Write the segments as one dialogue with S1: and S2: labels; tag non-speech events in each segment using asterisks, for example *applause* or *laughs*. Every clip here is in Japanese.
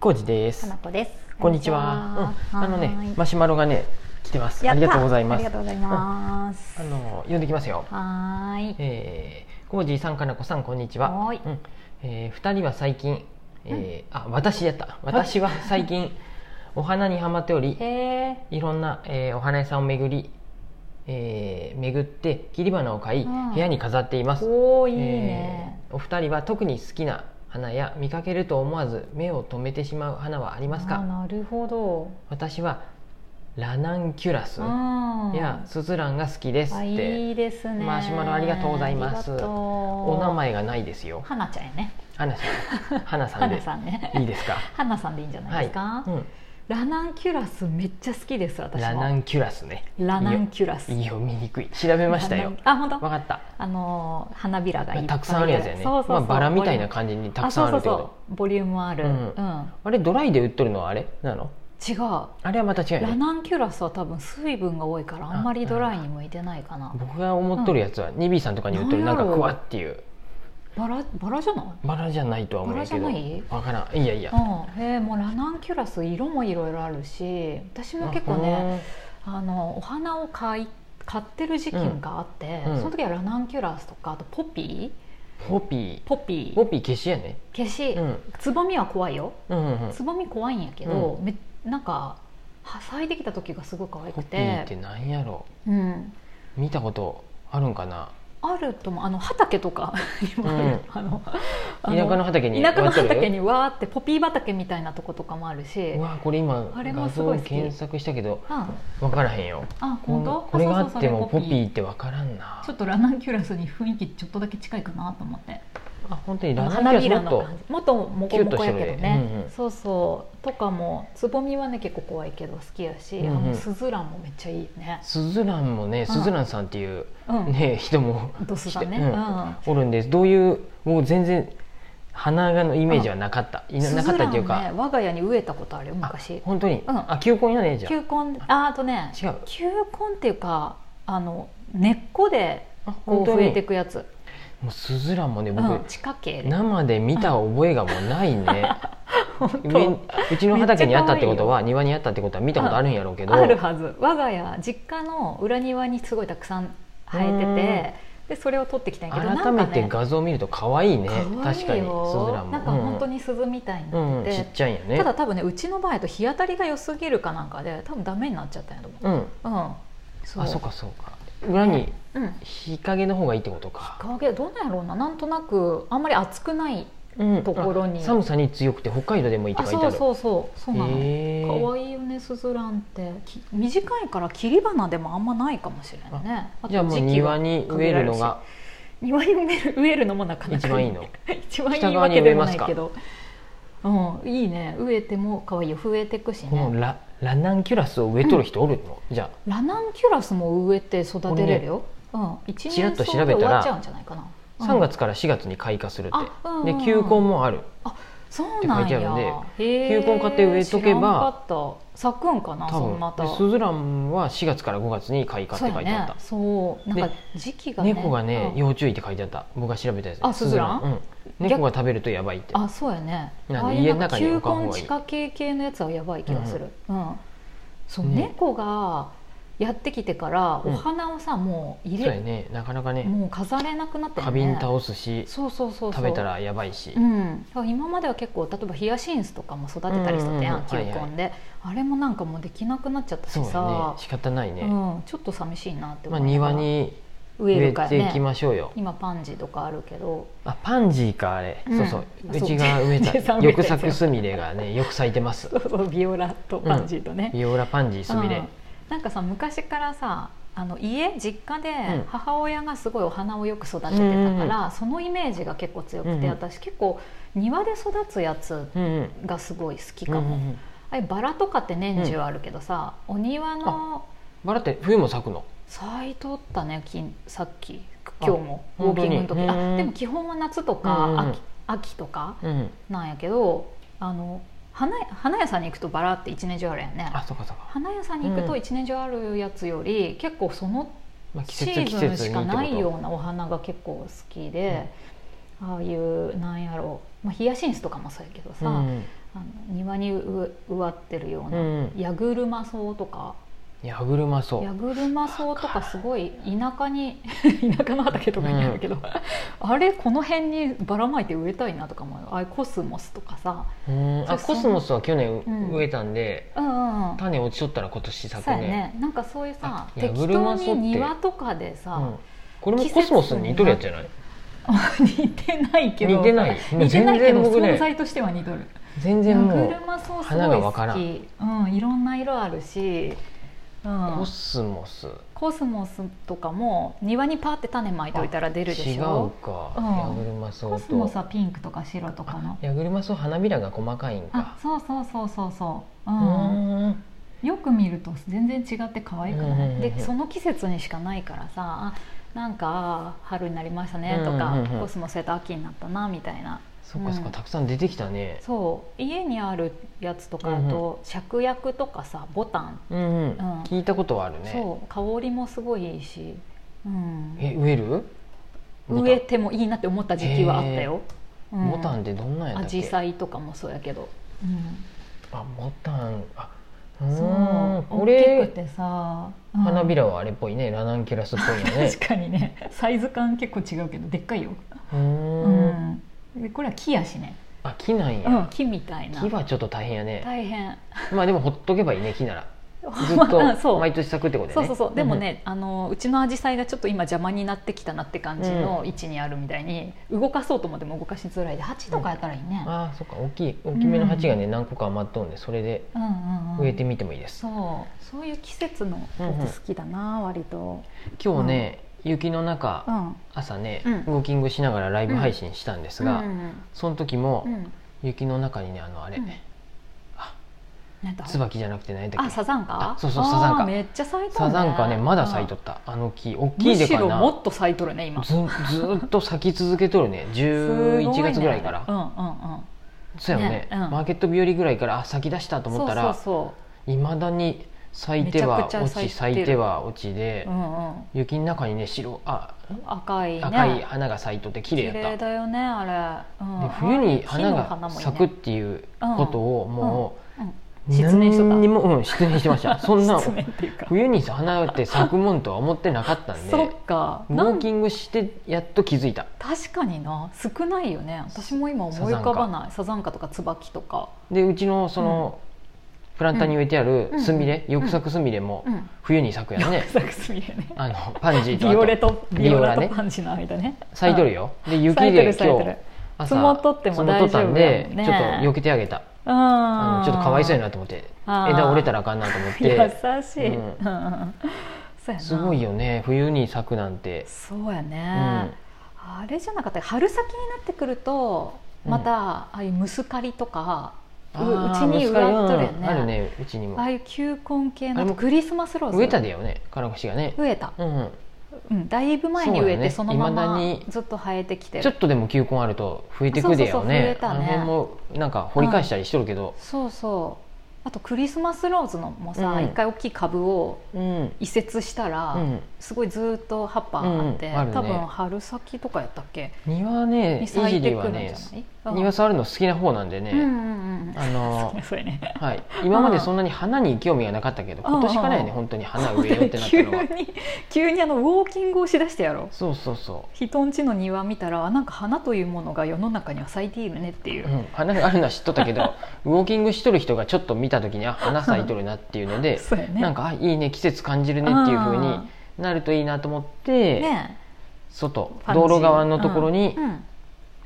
S1: コウジで
S2: か
S1: す
S2: な。こです。
S1: こんにちは。うん、あの
S2: はー
S1: ね
S2: い、
S1: マシュマロがね、来てます。
S2: や
S1: あ
S2: った
S1: りがとうございま
S2: あり
S1: す
S2: が。とうございます。
S1: あの、呼んできますよ。
S2: はーい。
S1: えー、コウジさん、かなこさん、こんにちは。
S2: はーい
S1: うん、えー二人は最近、えーあ、私やった。私は最近、お花にハマっており
S2: へ、え。
S1: いろんな、えーお花屋さんを巡り、えー巡って切り花を買い、
S2: うん
S1: 部屋に飾っています。
S2: おおいいね。
S1: えーお二人は特に好きな花や見かけると思わず目を留めてしまう花はあります
S2: あ
S1: か
S2: なるほど。
S1: 私はラナンキュラス
S2: うん
S1: やスズランが好きですっ
S2: あ
S1: て
S2: いいですね。
S1: マシュマロありがとうございますお
S2: お
S1: 名。前がないですよ
S2: 花ちゃんやね。
S1: 花さ
S2: *laughs*
S1: ん花さん
S2: 花
S1: で
S2: さんね。
S1: いいですか
S2: 花さんでいいんじゃないですか。
S1: はいうん
S2: ラナンキュラスめっちゃ好きです私も。
S1: ラナンキュラスね
S2: ラナンキュラス。
S1: いいよ見にくい調べましたよ
S2: あ本当
S1: 分。かった
S2: あのー花びらがいっぱい
S1: たくさんあるやつやね
S2: そうそうそ
S1: ま
S2: う
S1: あバラみたいな感じにたくさんあるって
S2: そ
S1: こ
S2: うそう
S1: と
S2: そうボリュームある、
S1: う
S2: うんん
S1: あれドライで売っとるのはあれなの
S2: 違う
S1: あれはまた違うよ
S2: ラ
S1: ね
S2: ナンキュラスは多分水分が多いからあんまりドライに向いてないかな
S1: 僕が思っとるやつはニビーさんとかに売っとるな
S2: な
S1: ん
S2: んや
S1: か
S2: ろ
S1: クワっていう
S2: バラバラじゃない
S1: バラじゃないとは思うんやけど
S2: バラじゃない
S1: 分からんいやいや
S2: うん、へえもうラナンキュラス色もいろいろあるし私も結構ねあのお花を買い買ってる時期があって、
S1: うんうん
S2: その時はラナンキュラスとかあとポピ
S1: うんポピ
S2: ーポピ
S1: ー
S2: ー
S1: ポピー消しやね
S2: 消し、
S1: うん
S2: つぼみは怖いよ
S1: うんうんうん
S2: つぼみ怖いんやけど、めなんかは咲いてきた時がすごい可愛
S1: ポ
S2: く
S1: ピー
S2: て
S1: ってなんやろ
S2: うん、
S1: 見たことあるんかな
S2: あるともあの畑とか *laughs* にもある、
S1: うん
S2: あのあ
S1: 田舎の畑に
S2: 田舎の
S1: 植わっと
S2: 畑
S1: る
S2: にわーってポピー畑みたいなとことかもあるし、
S1: う
S2: うん、あ
S1: わこれ今
S2: あれ
S1: 画
S2: もす
S1: 像
S2: ごい好き
S1: 検索したけど分からへんよ
S2: あ
S1: こ
S2: 本
S1: ん
S2: 当
S1: これがあ
S2: そうそ
S1: っ
S2: う
S1: て
S2: そ
S1: も
S2: うそ
S1: ポ
S2: れ
S1: ピーって分からんな
S2: ちょっとラナンキュラスに雰囲気ちょっとだけ近いかなと思って
S1: あ本当に
S2: あ
S1: ラ
S2: の
S1: ナン
S2: 花
S1: キ
S2: び
S1: ュラ
S2: ら
S1: スもっと
S2: の感じもっともこもこ
S1: キ
S2: やけど
S1: ュッとしてる
S2: ね
S1: ね、うんうん
S2: そうそうとかもつぼみはね結構怖いけど好きやし、
S1: うんうん
S2: あのスズランもめっちゃいいね、
S1: スズランもね
S2: うん
S1: スズランさんっていう
S2: うん
S1: ね人も
S2: ドスだね、
S1: 来て
S2: う
S1: うんんおるんですどういうもう全然花がのイメージはなかったいななかったっていう
S2: スズラ
S1: か
S2: ンね、我が家に植えたことあるよ
S1: あ
S2: 昔
S1: 本当に
S2: うん
S1: あ球根やねじゃ
S2: 球根ああとね
S1: あ違う
S2: 球根っていうかあの根っこで
S1: あ
S2: こ
S1: 本
S2: う
S1: 当
S2: 増え
S1: に
S2: ていくやつ、
S1: もうスズランもね
S2: うん
S1: 僕、
S2: 地下茎で
S1: 生で見た覚えがもうない
S2: *laughs*
S1: ね
S2: 本当
S1: 上うちの畑にあったってことは庭にあったってことは見たことあるんやろうけど
S2: あるはず我が家実家の裏庭にすごいたくさん生えててでそれを取ってきたんやけど
S1: 改めて
S2: なんか
S1: 画像を見ると可愛いね
S2: ね可愛
S1: 確か
S2: い
S1: にスズ
S2: よ
S1: ランも
S2: なんか本当に鈴みたいに
S1: うんうん
S2: な
S1: うん
S2: って
S1: ち
S2: て、
S1: っちゃいんやね
S2: ただ多分ねうちの場合と日当たりが良すぎるかなんかで多分ダメになっちゃったんやと思
S1: うん
S2: う、うん、そう
S1: あそうかそうか裏に
S2: うん
S1: 日陰の方がいいってことか、
S2: 影どうなんやろうななんとなくあんまり暑くない
S1: うん
S2: ところに
S1: あ寒さに強くて北海道でもいいって
S2: あ
S1: 書いて
S2: そ
S1: あ
S2: う
S1: る
S2: そうそうそうなの、
S1: へえ
S2: 可愛いよねスズランってき短いから切り花でもあんまないかもしれんねあと
S1: じゃあもう
S2: 時期
S1: 庭
S2: が
S1: に植えるのが
S2: 庭に植える植えるのもなかなか
S1: 一番いいの
S2: 一番い
S1: 北
S2: い
S1: 側
S2: わ
S1: に
S2: け
S1: 植
S2: で
S1: え
S2: も
S1: ま
S2: な
S1: す
S2: い
S1: か
S2: けどうんいいね植えても可愛いよ増えてくし
S1: この
S2: ね
S1: ララナンキュラスを植えとる人おる
S2: *laughs*
S1: の、じゃ
S2: ラナンキュラスも植えて育てれるよ、うん一
S1: ちらっ
S2: 年
S1: と
S2: 草
S1: 調
S2: で
S1: べた
S2: 終
S1: ら
S2: わっちゃうんじゃないかな、
S1: あ
S2: うん
S1: 3月から4月に開花するって、
S2: あうんうんうん
S1: で球根もある
S2: そうなんや
S1: って書いてあるん
S2: へー
S1: 球根買って植えとけば
S2: 知らんかった咲くんかな
S1: 多
S2: その
S1: 分
S2: また
S1: でスズランは4月から5月に開花
S2: そ
S1: っ
S2: う
S1: て書
S2: や
S1: いてあっ
S2: ね
S1: た、
S2: そうなんか時期がね
S1: 猫がね、
S2: うん
S1: 要注意って書いてあった僕が調べたやつ
S2: あスズラン
S1: うん、猫が食べるとやばいって
S2: あそうやね
S1: なんで
S2: ああいう
S1: 家の中に置かん
S2: 球
S1: 方
S2: 根
S1: がいい
S2: 地下系系のやつはやばい気がする、うんそう、
S1: ね
S2: 猫がやってきてから
S1: うん
S2: お花をさ、もう入
S1: そうや
S2: れ、
S1: ねなかなかね
S2: もう飾れなくなったよ
S1: 花
S2: ね
S1: 瓶倒すし
S2: そうそうそうそ
S1: 食
S2: う
S1: べたらやばいし、
S2: うん、だから今までは結構例えばヒヤシンスとかも育てたりしとったやん、
S1: うんうんうん
S2: 球根で、
S1: はい
S2: あれもなんかもうできなくなっちゃった
S1: そう
S2: し
S1: やね
S2: さ
S1: 仕方ないね、
S2: うん、ちょっと寂しいなって
S1: ま
S2: 思
S1: あ、
S2: いなが
S1: 庭
S2: ら
S1: に
S2: 植え
S1: 植え
S2: るから
S1: ていき
S2: ね
S1: ましょうよ、
S2: 今パンジーとかあるけ
S1: *laughs*
S2: ど
S1: あパンジーかあれ、
S2: うん
S1: そうそう
S2: あ
S1: う
S2: そう
S1: ちが植え
S2: ジェイ
S1: た
S2: さん植え
S1: *laughs* 翼
S2: たやつ
S1: 作
S2: よ
S1: スミレがねよく咲いて
S2: *laughs*
S1: ます
S2: そうそうビオラとパンジーとね、
S1: ビオラパンジースミ
S2: う
S1: レ
S2: ん、なんかさ昔からさあの家実家
S1: うん
S2: で母親がすごいお花をよく育ててたから、そのイメージが結構強くて、
S1: うんうん
S2: 私結構庭で育つやつ
S1: うんうん
S2: がすごい好き
S1: うん
S2: か
S1: う
S2: も、
S1: んうん
S2: あれバラとかって年中あるけどさ、お庭の
S1: バラって冬も咲くの
S2: 咲いとったねきんさっき
S1: あ
S2: 今日もウォーキングの
S1: 本当
S2: 時
S1: にうん
S2: あでも基本は夏と
S1: うん
S2: か秋秋とか
S1: うん
S2: なんやけどあの花屋花屋さんに行くとバラって一年中あるやんね
S1: あそうかそうか、
S2: 花屋さんに行く
S1: う
S2: と
S1: ん
S2: 一年中あるやつより、結構その
S1: まあ、季
S2: シ
S1: 節季
S2: ーズン
S1: 節
S2: し
S1: に
S2: か
S1: っ
S2: な
S1: て
S2: い
S1: こと
S2: ようなお花が結構好きで、ああいうなんやろう、まあ、ヒヤシンスとかもそうやけどさ、
S1: うん
S2: あの庭にう植わってるよう
S1: う
S2: な、
S1: ん
S2: ヤグルマソウとか
S1: ヤグルマソ
S2: ヤ
S1: ウ
S2: グルマソウとかすごい田舎に *laughs* 田舎の畑とかにあるけど、あれこの辺にばらまいて植えたいなとかもああいうコスモスとかさ
S1: うんあ
S2: そう
S1: コスモスは去年う
S2: うん
S1: 植えたんで
S2: うんうんうん
S1: 種落ちとったら今年咲く
S2: そうや
S1: ね
S2: ねなんかそういうさ
S1: あヤ
S2: 適
S1: グル
S2: 当
S1: マソウって
S2: に庭とかで
S1: う
S2: さ
S1: ん、これもコスモスに似とるやつじゃない
S2: *laughs* 似てないけど
S1: 似てないもう
S2: 似てないけ
S1: 全然
S2: ど
S1: 僕ね
S2: 存在としては似とる
S1: 全
S2: ヤ
S1: 然も
S2: グ
S1: う
S2: ルマソウす
S1: 花
S2: ご
S1: が
S2: い
S1: わ
S2: 好
S1: からん
S2: き、うん、いろんな色あるし、うん
S1: コ、スモス
S2: コスモスとかも庭にパーって種まいておいたら出るで
S1: 違
S2: し
S1: う
S2: ょ
S1: か、
S2: うん
S1: ヤグルマソ
S2: コ
S1: ウ
S2: スモス
S1: と
S2: はピンクとか白とかの
S1: ヤグルマソウ花びらが細かいん
S2: あ
S1: か
S2: そうそうそうそうそう、う
S1: うんーん
S2: よく見ると全然違って可愛く
S1: うんう
S2: ない、
S1: んうんうん
S2: でその季節にしかないからさあなんか春になりましたねとか、
S1: うんうんうん
S2: コスモスやと秋になったなみたいな
S1: そっかそっ
S2: う
S1: か
S2: ん
S1: たくさん出てきたね
S2: そう家にあるやつとかだと、芍薬とかさボタン、
S1: うんうん
S2: うん
S1: 聞いたことはあるね
S2: そう香りもすごいいいし、うん、
S1: え植える
S2: 植えてもいいなって思った時期はあったよ、うん
S1: モタンってどんなんやった
S2: ア
S1: っけ
S2: ジサイとかもそうやけど、
S1: あモタンあう
S2: うん、そう
S1: ーんこ
S2: 大き
S1: れ
S2: くてさ、
S1: 花びらはあれっぽいねラナンキュラスっぽいよ
S2: うん
S1: ね
S2: 確かにねサイズ感結構違うけどでっかいよ、
S1: うー
S2: うんんでこれは木やしね、
S1: あ木なん
S2: う
S1: や
S2: ん、木みたいな
S1: 木はちょっと大変やね
S2: 大変
S1: まあでもほっとけばいいね木ならずっ
S2: *laughs* まあ *laughs* そ
S1: と
S2: う
S1: 毎年咲くってこと
S2: そ
S1: や
S2: う
S1: ね
S2: そうそうでもね、あのうちのアジサイがちょっと今邪魔になってきたなって感じの位置にあるみたいに、動かそうと思っても動かしづらいで鉢とかやったらいいね、
S1: あーそっか大きい大きめの鉢がね何個か余っとんでそれで
S2: うんうんうん、
S1: 植えてみてもいいです
S2: そうそういう季節の
S1: うんうん
S2: やつ好きだな、割と
S1: 今日ね雪の中
S2: うん
S1: 朝ね、
S2: うん
S1: ウォーキングしながらライブ配信したんですが、
S2: うん
S1: その時
S2: う
S1: も
S2: ん
S1: 雪の中にねあのあれ、
S2: うん
S1: あ
S2: なんだ
S1: 椿じゃなくて何だっ
S2: あ
S1: け
S2: サザンカ
S1: あそうそうサザンカ
S2: あーめっちゃ咲いとる
S1: サ
S2: ね
S1: ザンカねまだ咲いと
S2: る
S1: ったあの木大き
S2: む
S1: いで
S2: し
S1: か
S2: ろも
S1: な
S2: っと咲いとるね今
S1: ずずーっと咲き続けとるね11月ぐらいから
S2: すごねうんうんうん
S1: そうやよね
S2: ねうん
S1: マーケット日和ぐらいからあ咲き出したと思ったら
S2: そう
S1: いまだに咲いては
S2: めちゃく
S1: 落
S2: ち
S1: ち
S2: ゃ咲いてる
S1: 咲いては落ちで
S2: そうそう、うんうん
S1: 雪の中にね白あ
S2: 赤いね
S1: 赤い花が咲いとって綺麗やった
S2: だよねあれ、うん
S1: で冬に花
S2: 木の
S1: が
S2: もいいね
S1: 咲くっていうことをも
S2: うんうん
S1: う
S2: 失念しとった
S1: 何にもうん失念してました *laughs* そんな
S2: *laughs* 失念っていうか
S1: 冬に花って咲くもんとは思ってなかったんで
S2: そっか
S1: ウ
S2: な
S1: ォ
S2: ん
S1: ーキングしてやっと気づいた
S2: 確かにな少ないよね私も今思い浮かばないサザンカとか椿とか
S1: でうちのその、プランターに植えてある
S2: うん
S1: スミレ、
S2: うん
S1: よく咲くスミレも
S2: うん
S1: 冬に咲くやん
S2: *laughs*
S1: ね、
S2: サクスミレね
S1: あのパンジーと
S2: ビオレ
S1: あと
S2: とビオ
S1: ビオラ
S2: ラ
S1: ね
S2: とパンチの間ね
S1: 咲いとる
S2: よ
S1: よで
S2: うん
S1: 雪
S2: 咲いて
S1: で
S2: る咲い
S1: 今
S2: て
S1: 日
S2: る
S1: 朝
S2: 積もっとっても
S1: 積もっとったんで
S2: 大丈夫やもんね
S1: ちょっと避けてあげたあ
S2: あ
S1: のちょっとかわいそうや
S2: な
S1: なと思って
S2: あー
S1: 枝折れたらあかんなと思っ
S2: 優
S1: て
S2: しい、
S1: う
S2: うんんうん、そうやな
S1: すごいよね冬に咲くなんて
S2: そうやね、あれじゃなかった春先になってくるとまた、ああいうムスカリとかううちに植わっとるよ
S1: よ
S2: ね
S1: あるねうちにも
S2: ああいう球根系
S1: あれも
S2: のクリスマスローズ
S1: 植えたでよねカラコシがね
S2: 植えた、
S1: うんうん
S2: うん、だいぶ前に植えて
S1: そ
S2: そう
S1: だ
S2: の
S1: よね
S2: まま
S1: 未だに
S2: ずっと生えてきて
S1: ちょ
S2: る
S1: っとでも球根あると増えてくでよね
S2: そうそうそう増え
S1: あ
S2: たね
S1: の辺もなんか掘り返したりしとるけど
S2: そうそうあとクリスマスローズのもさ
S1: うん
S2: 一、回大きい株を
S1: うん
S2: 移設したら、
S1: うん
S2: すごいずっと葉っぱあって、
S1: うんあるね
S2: 多分春先とかやったっけ
S1: 庭ね
S2: に
S1: い
S2: 咲
S1: じ
S2: いて
S1: りは
S2: くるんじゃない
S1: ね庭触るの好きな方なんで
S2: うんうん
S1: ね
S2: うんうん
S1: あの
S2: *laughs* そうやね
S1: *laughs* はい今までそんなに花に興味がなかったけど
S2: うんうん
S1: 今年からやね本当に花植えようってなったのは
S2: 急に急にあのウォーキングをしだしてやろう
S1: そうそうそ
S2: 人んちの庭見たらあなんか花というものが世の中には咲いているねっていうう、
S1: うん花があるのは知っとったけ
S2: *laughs*
S1: どウォーキングしとる人がちょっと見た時にあ花咲いとるなっていうので
S2: そうやね
S1: なんかあいいね季節感じるねっていう風になるといいなと思って、
S2: ね
S1: 外
S2: ファンジー
S1: 道路側のところに、
S2: うんうん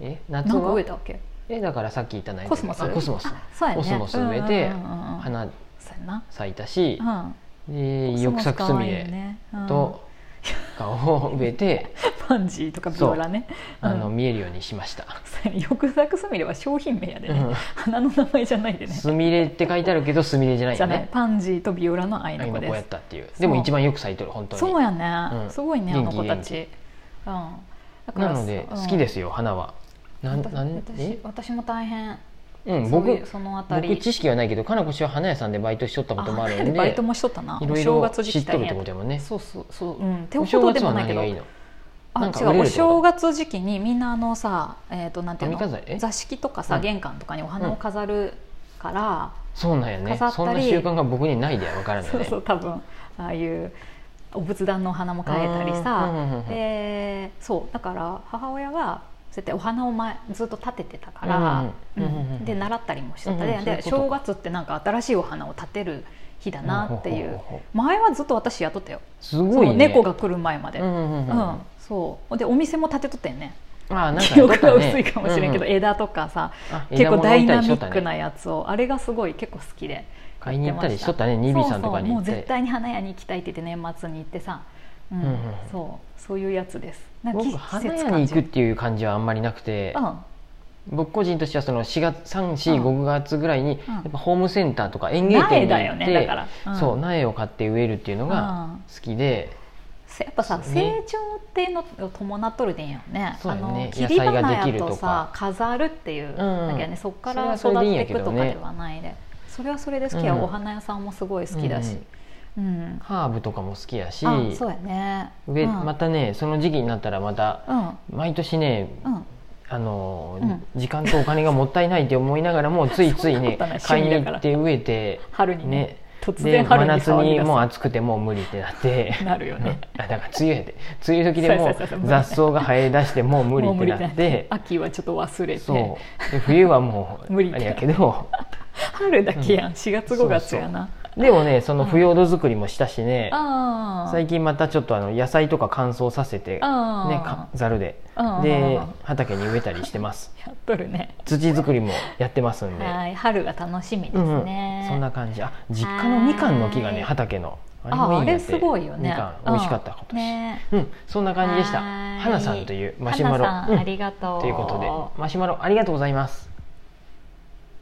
S1: え
S2: な
S1: 夏
S2: んか植
S1: は
S2: えたわけ
S1: えだからさっきいただいた
S2: コスモス
S1: あコスモス
S2: あそうやね
S1: コスモス植えて
S2: うんうんうんうん
S1: 花
S2: そうやな
S1: 咲いたし、
S2: うん
S1: で
S2: コス
S1: 翼咲
S2: モ
S1: くす
S2: 可
S1: み
S2: 愛いよ
S1: れ
S2: ねうん
S1: と顔を植えて、
S2: パンジーとかビオラね
S1: あの
S2: *laughs* うん
S1: 見えるようにしました。
S2: そうやね翼咲くすみれは商品名やで *laughs* ね、
S1: うん
S2: 花の名前じゃないでね
S1: すみれって書いてあるけどすみれじゃない
S2: じ
S1: よ
S2: ゃない
S1: ね。
S2: パンジーとビオラの愛
S1: あ
S2: の
S1: 今
S2: 子
S1: こ
S2: で
S1: うや
S2: す
S1: ったっていう
S2: そう
S1: でも一番よく咲いてる本当
S2: そう
S1: に
S2: やね、
S1: うん
S2: すごいねあ
S1: 元気
S2: の子た
S1: 元
S2: ち、うん、だ
S1: なので
S2: うん
S1: 好きですよ花はなん
S2: 私
S1: なんえ
S2: 私私も大変
S1: うん
S2: そうい
S1: 僕
S2: うそのあたり
S1: 僕知識はないけどかなこ氏は花屋さんでバイトしとったこともあるん
S2: あバイ
S1: で
S2: トもしとったない
S1: ろい
S2: お正
S1: ろ知
S2: 月時
S1: っ
S2: 期
S1: と
S2: 大
S1: るっ
S2: 変
S1: てことやもんね
S2: そうそうそううん手
S1: お
S2: ほ
S1: 正
S2: どで
S1: 月
S2: も
S1: は
S2: ない
S1: 何
S2: けど
S1: がいいの
S2: あ
S1: なんか
S2: 違
S1: 売れ
S2: う
S1: る
S2: お
S1: ってこと
S2: 正月時期にみんなあのさ、えー、となんていう
S1: 髪
S2: の
S1: 飾りえ
S2: 座敷とか
S1: う
S2: さ
S1: ん
S2: 玄関とかにお花を飾るから、
S1: そうなんやね
S2: 飾ったり
S1: そんな習慣が僕にないでわからない
S2: そう
S1: ね
S2: そう多分ああいうお仏壇のお花も変えたり
S1: うんう
S2: さ
S1: んうんうん
S2: でそうだから母親はそうやってお花を前ずっと立ててたから、
S1: うんうんうんうんうん
S2: で習ったりもしとった、
S1: うんうんそういう
S2: で
S1: ことか
S2: 正月ってなんか新しいお花を立てる日だなってい
S1: ほ
S2: う
S1: ほほほ
S2: 前はずっと私やっとったよ
S1: すごい
S2: そ
S1: ね
S2: の猫が来る前まで、
S1: うんうんうんうん
S2: うんそうでお店も建てとったよね
S1: ああなんか
S2: 記
S1: やっと
S2: *laughs*
S1: っ
S2: 憶
S1: た
S2: が
S1: ね
S2: 薄いかもしれんけど、
S1: うんうん
S2: 枝とかさ
S1: あ
S2: 結構
S1: 枝
S2: ダイ
S1: 物
S2: ナ
S1: 置いたりし
S2: ミ
S1: とった
S2: ッ
S1: ね
S2: クなやつをあれがすごい結構好きで
S1: 買いに行ったりしとったねニビさんとかに行っ
S2: そうそうもう絶
S1: て
S2: 対に花屋に行きたいって言って年末に行ってさ、うん
S1: うんうん
S2: そうそういうやつですなんか季
S1: 僕花屋に行くっていう感じはあんまりなくて
S2: うんあ
S1: 僕個人としてはその4月345月ぐらいに
S2: うん
S1: やっぱホームセンターとか園芸店に
S2: 苗だ
S1: 行
S2: よ
S1: っ
S2: ね
S1: て
S2: だからうん
S1: そう苗を買って植えるっていうのが好きで
S2: せやっぱさ、
S1: そうね
S2: 成長っていうのを伴っとるでいいんよね
S1: そうやね
S2: あの切
S1: 野
S2: り
S1: 菜が
S2: 花
S1: でき
S2: や
S1: るとか
S2: とさ飾るっていうだけどね、そっか
S1: それ
S2: ら
S1: はそれ
S2: 育
S1: でいいん
S2: っ
S1: や
S2: て
S1: け
S2: いく
S1: ど
S2: と
S1: ね
S2: かではないでそれはそれで好きや、
S1: うん
S2: お花屋さんもすごい好きだし、うん
S1: ハーブとかも好きやし
S2: あそうやね
S1: 植え
S2: うん
S1: またねその時期になったらまた
S2: うん
S1: 毎年ね
S2: うん
S1: あのー
S2: うん
S1: 時間とお金がもったいないって思いながら
S2: *laughs*
S1: もついつい
S2: そんなこ
S1: ね
S2: とない
S1: 買いに行って植えて
S2: 春にね
S1: ね
S2: 突
S1: で
S2: 然
S1: 真
S2: 春に
S1: 夏
S2: 騒ぎ
S1: に
S2: 出す
S1: もう暑くてもう無理ってなって
S2: なるよね
S1: *laughs* あだから梅雨やで梅雨時でも
S2: そうそうそうそう
S1: う雑草が生え出してもう無理
S2: もう
S1: ってなっ
S2: 無理だね
S1: て
S2: 秋はちょっと忘れて
S1: そうで冬はもう
S2: 無理
S1: あ
S2: だ
S1: れやけど
S2: 春だけやん4月5月やな
S1: でもねその腐葉土作りもしたしね
S2: ああ
S1: 最近またちょっとあの野菜とか乾燥させて、ね、
S2: あー
S1: かざるで
S2: あー
S1: で畑に植えたりしてます
S2: やっとるね
S1: 土作りもやってますんで
S2: はい春が楽しみです
S1: うんうん
S2: ね
S1: そんな感じあ実家のみかんの木が
S2: は
S1: ね
S2: い
S1: 畑のあ
S2: ああ
S1: んや
S2: れ
S1: って
S2: すごいよね
S1: みかん美味しかった
S2: うん
S1: 今年
S2: ね
S1: うん、そんな感じでした
S2: はーい
S1: 花さんというマシュマロ
S2: 花さん
S1: うん
S2: ありがとう
S1: ということでマシュマロありがとうございます